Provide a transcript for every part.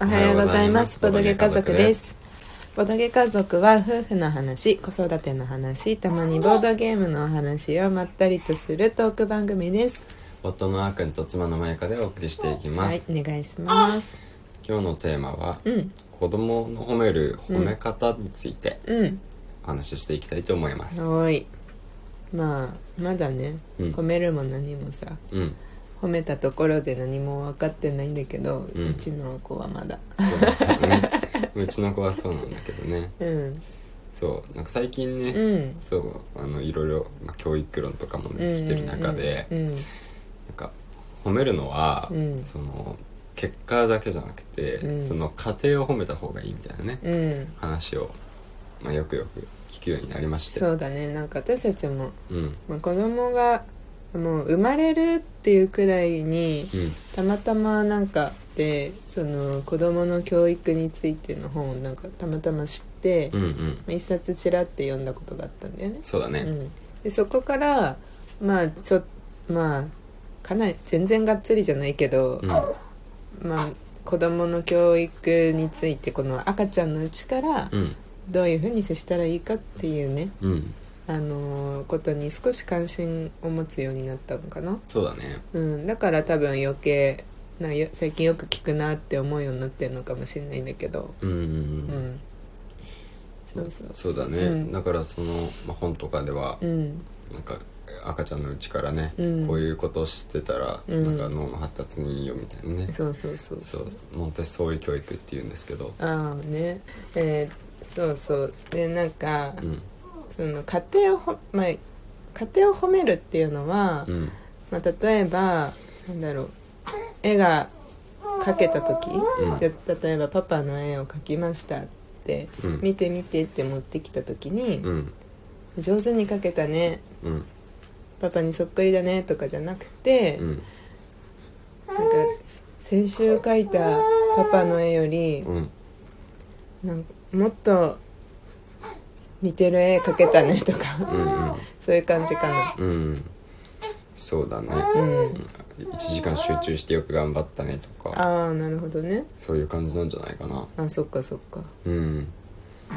おはようございます。ボドゲ家族です。ボドゲ家族は夫婦の話、子育ての話、たまにボードゲームのお話をまったりとするトーク番組です。夫のあーくんと妻のまゆかでお送りしていきます、はい、お願いします。今日のテーマは、うん、子供の褒める褒め方についてうん、お話ししていきたいと思いますはーい。まあ、まだね、うん褒めるも何もさ、うん褒めたところで何も分かってないんだけど、ううんちの子はまだ。そうだね うちの子はそうなんだけどねうん、そうなんか最近ね、うん。そうあのいろいろ、まあ、教育論とかも出てきてる中で、うん、なんか褒めるのは、うんその結果だけじゃなくて、うんその過程を褒めた方がいいみたいなね、うん、うん。話を、まあ、よくよく聞くようになりましてそうだね、なんか私たちも、うんまあ、子供がもう生まれるっていうくらいにうんたまたまなんかでその子供の教育についての本をなんかたまたま知って、うまんうんあ一冊ちらって読んだことがあったんだよね。そうだうねん、でそこからまあちょまあかなり全然がっつりじゃないけど、うんまあ子供の教育についてこの赤ちゃんのうちからうんどういうふうに接したらいいかっていうねうんあのーことに少し関心を持つようになったのかな、そうだねうん、だから多分余計なよ最近よく聞くなって思うようになってるのかもしれないんだけどうんうんうん、うんそうそうそうだね、うんだからその、まあ、本とかではうんなんか赤ちゃんのうちからね、うんこういうことをしてたら、うんなんか脳の発達にいいよみたいなねそうそうそうそそううモンテッソーリ教育っていうんですけどああねえーそうそうでなんか、うんその家庭をほ、まあ、家庭を褒めるっていうのは、うんまあ、例えばなんだろう絵が描けた時、うんで例えば「パパの絵を描きました」ってう「ん見て見て」って持ってきた時にうん「上手に描けたねうんパパにそっくりだね」とかじゃなくて、うんなんか先週描いたパパの絵よりうんなんかもっと似てる絵描けたねとか、うんそういう感じかな。うんうんそうだね、うん、 1時間集中してよく頑張ったねとかああなるほどねそういう感じなんじゃないかなあそっかそっかうん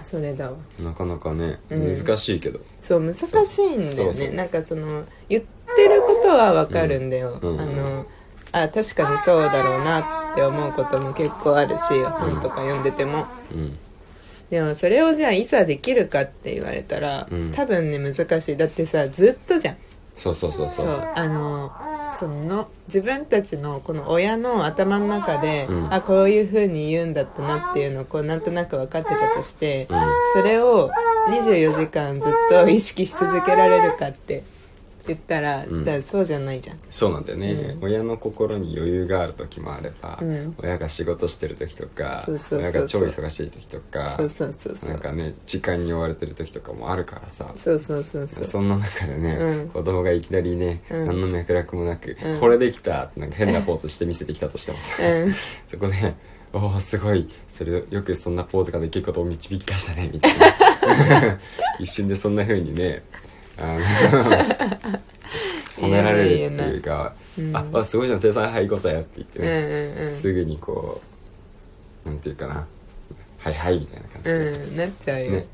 それだわなかなかねうん難しいけど、そう難しいんだよねそうそうなんかその言ってることはわかるんだよ、うんうんあのあ確かにそうだろうなって思うことも結構あるし本とか読んでてもうんでもそれをじゃあいざできるかって言われたら、うん多分ね難しいだってさずっとじゃんそうそうそうそそううあのその自分たちのこの親の頭の中で、うんあこういう風に言うんだったなっていうのをこうなんとなく分かってたとして、うんそれを24時間ずっと意識し続けられるかって言ったら,、うんだからそうじゃないじゃんそうなんだよね、うん親の心に余裕がある時もあれば、うん親が仕事してる時とかそうそうそう親そうが超忙しい時とかそうそうそうそなんうかね時間に追われてる時とかもあるからさそうそうそうそうそんな中でね、うん子供がいきなりね、うん何の脈絡もなく、うんこれできたってなんか変なポーズして見せてきたとしてもさ、うんそこで「おおすごいそれよくそんなポーズができることを導き出したね」みたい な一瞬でそんな風にねあの褒められるっていうか「言えないああすごいじゃん手さんはい5歳や」って言ってうんうね、んうんすぐにこうなんていうかな「はいはい」みたいな感じで、うんなっちゃうよ、ね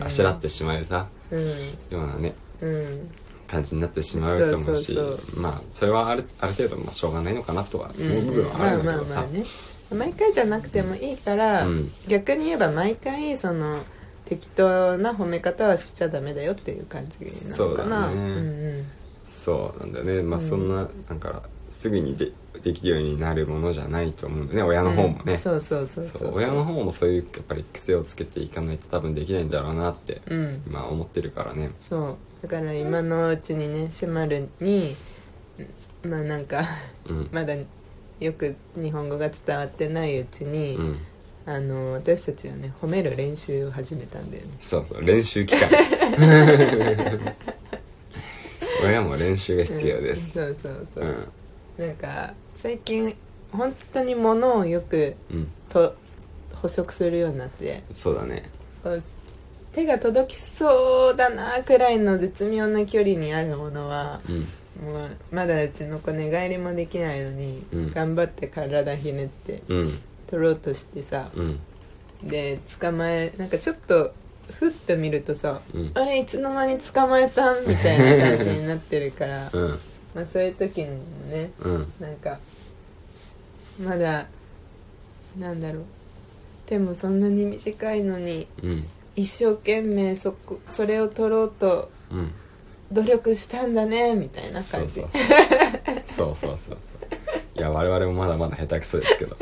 あしらってしまうさ、うようなねんうん感じになってしまうと思うしそうそうまあそれはあるある程度まあしょうがないのかなとは思う部分はあまあるんだまあけどまあさね毎回じゃなくてもいいから、うん逆に言えば毎回その適当な褒め方はしちゃダメだよっていう感じなのかなそうだねんそうなんだよねまあそんなだからすぐにでできるようになるものじゃないと思うんだよね親うんの方もうんねそうそうそうそうそう親の方もそういうやっぱり癖をつけていかないと多分できないんだろうなってうん今思ってるからねそうだから今のうちにねシェマルにんまあなんか うんまだよく日本語が伝わってないうちに、うんあの私たちはね褒める練習を始めたんだよねそうそう練習期間です 親も練習が必要ですうんそうそうそうう、んなんか最近本当に物をよくうんと捕食するようになってそうだねこう手が届きそうだなくらいの絶妙な距離にあるものはうんもうまだうちの子寝返りもできないのに、うん頑張って体ひねってうん取ろうとしてさうんで捕まえなんかちょっとふっと見るとさうんあれいつの間に捕まえたんみたいな感じになってるからうんまあそういう時にもねうんなんかまだなんだろう手もそんなに短いのにうん一生懸命そこそれを取ろうとうん努力したんだねみたいなそ感うそじうそうそうそうそういや我々もまだまだ下手くそですけど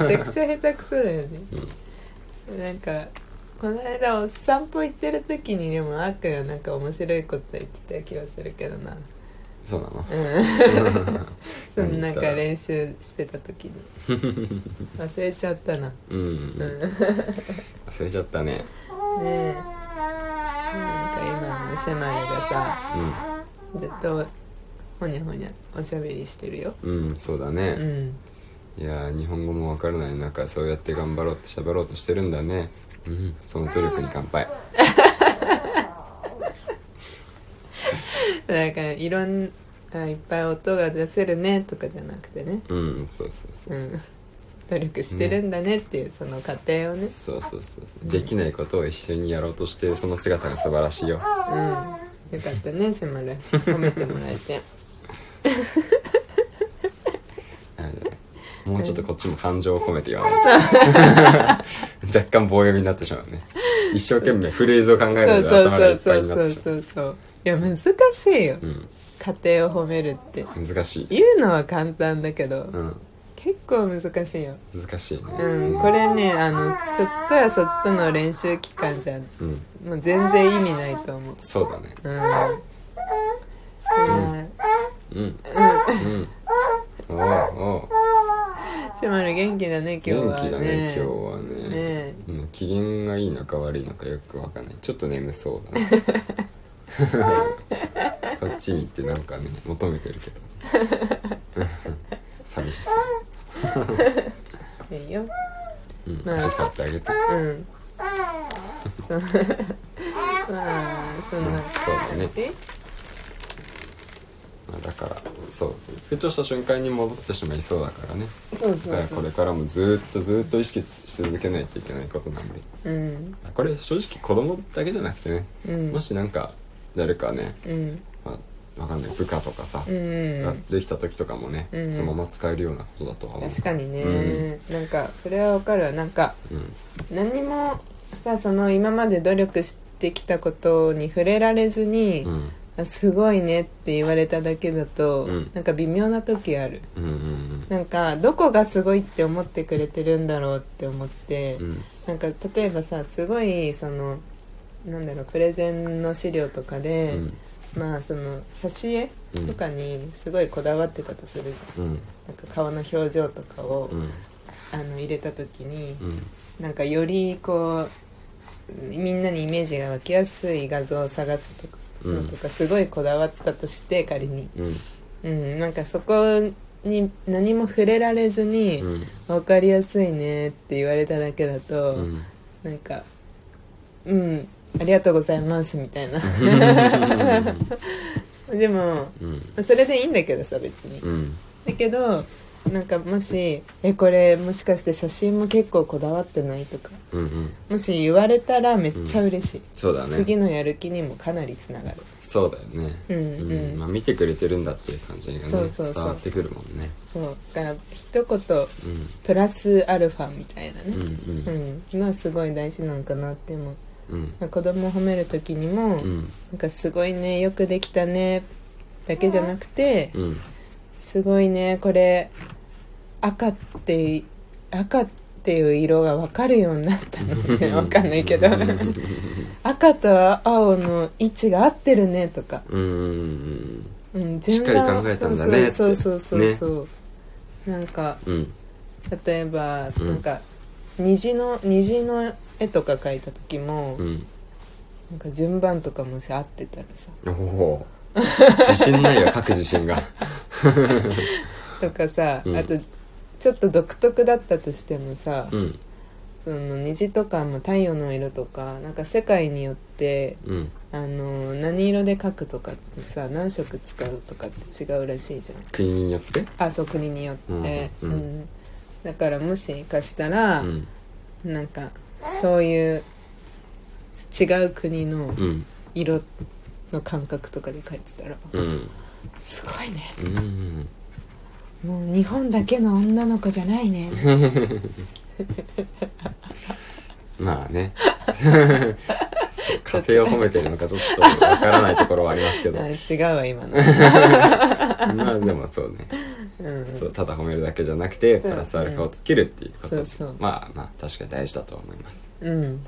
めちゃくちゃ下手くそだよね うんなんかこの間お散歩行ってる時にでもあっくんがなんか面白いこと言ってた気がするけどなそうなの うん なん何言っかた練習してた時に忘れちゃったなねうん、うん、忘れちゃったねえなんか今のシェマリがさずっとほにゃほにゃおしゃべりしてるようんうんそうだうね、んいやー日本語もわからない中そうやって頑張ろうって喋ろうとしてるんだねうんその努力に乾杯だからいろんないっぱい音が出せるねとかじゃなくてねうんそうそうそうう、ん努力してるんだねっていうその過程をねそうそうそうそうできないことを一緒にやろうとしてるその姿が素晴らしいようんよかったねシェマル褒めてもらえてあれだねもうちょっとこっちも感情を込めて言わないと 若干棒読みになってしまうね一生懸命フレーズを考えそうると頭がいそっうそぱいうになっそてうしまそうそういや難しいよう家庭を褒めるってうん難しい言うのは簡単だけど、うん結構難しいよ難しいねうんこれねあのちょっとやそっとの練習期間じゃうんもう全然意味ないと思うそうだねうん、うん、うんうんおうおうシマル元気だね今日元は気だねね今日はねねうん、機嫌がいいのか悪いのかよくわかんないちょっと眠そう だねこっち見てなんかね求めてるけど 寂しそうえいいようん、まあ足触ってあげてうんそまあそんなそうだね感じまあだからそうふとした瞬間に戻ってしまいそうだからねそうだそかうらそこれうからもずーっとずーっと意識し続けないといけないことなんでうんこれ正直子供だけじゃなくてね、うんもしなんか誰かね、うんまあ、わかんない部下とかさ、うんができた時とかもね、うんそのまま使えるようなことだとは思う確かにね、なんかそれはわかるわなんかうん何もさその今まで努力してきたことに触れられずに、うんあすごいねって言われただけだと、うんなんか微妙な時あるうんうんなんかどこがすごいって思ってくれてるんだろうって思って、うんうんなんか例えばさすごいそのなんだろうプレゼンの資料とかで、うんまあその挿絵うんとかにすごいこだわってたとするじゃんうんなんか顔の表情とかを、うんあの入れた時に、うんなんかよりこうみんなにイメージが湧きやすい画像を探すとか,、うんとかすごいこだわったとして仮に、うんうん、なんかそこに何も触れられずにうん「分かりやすいね」って言われただけだと、うんなんか「うんありがとうございます」みたいな でもうんそれでいいんだけどさ別にうんだけどなんかもし「えこれもしかして写真も結構こだわってない?」とかうんうんもし言われたらめっちゃ嬉しい、そうだね次のやる気にもかなりつながるそうだよねうんうんまあ、見てくれてるんだっていう感じがねそうそうそう伝わってくるもんねそうだから一言うんプラスアルファみたいなうねんうん、のはすごい大事なのかなって思ううんまあ子供を褒める時にも、うんうんなんか「すごいねよくできたね」だけじゃなくてうん「すごいねこれ赤って赤っていう色が分かるようになったの」 分かんないけど「赤と青の位置が合ってるね」とかうんうんうん、しっかり考えたんだねってそうそうそうそうそう、なんかうん例えば、うんなんか虹の虹の絵とか描いた時も、うんなんか順番とかもし合ってたらさおおー自信ないよ書く自信がとかさ、うんあとちょっと独特だったとしてもさ、うんその虹とかも太陽の色とかなんか世界によってうんあの何色で描くとかってさ何色使うとかって違うらしいじゃん国によってあそう国によって、うんうんうんだからもし行かしたら、うんなんかそういう違う国のうん色の感覚とかで書いてたら、うんすごいねうんもう日本だけの女の子じゃないねまあね家庭を褒めてるのかちょっとわからないところはありますけどあ違うわ今の、まあでもそうねうん、そうただ褒めるだけじゃなくてプラスアルファをつけるっていうこと、そうそうまあまあ確かに大事だと思いますうん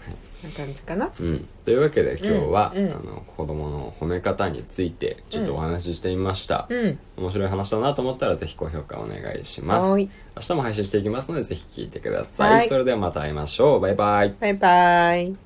こんな感じかなうん、というわけで今日は、うんうんあの子供の褒め方についてちょっとお話ししてみました、うん面白い話だなと思ったらぜひ高評価お願いしますは明い日も配信していきますのでぜひ聞いてください、はいそれではまた会いましょうバイバイバイバイ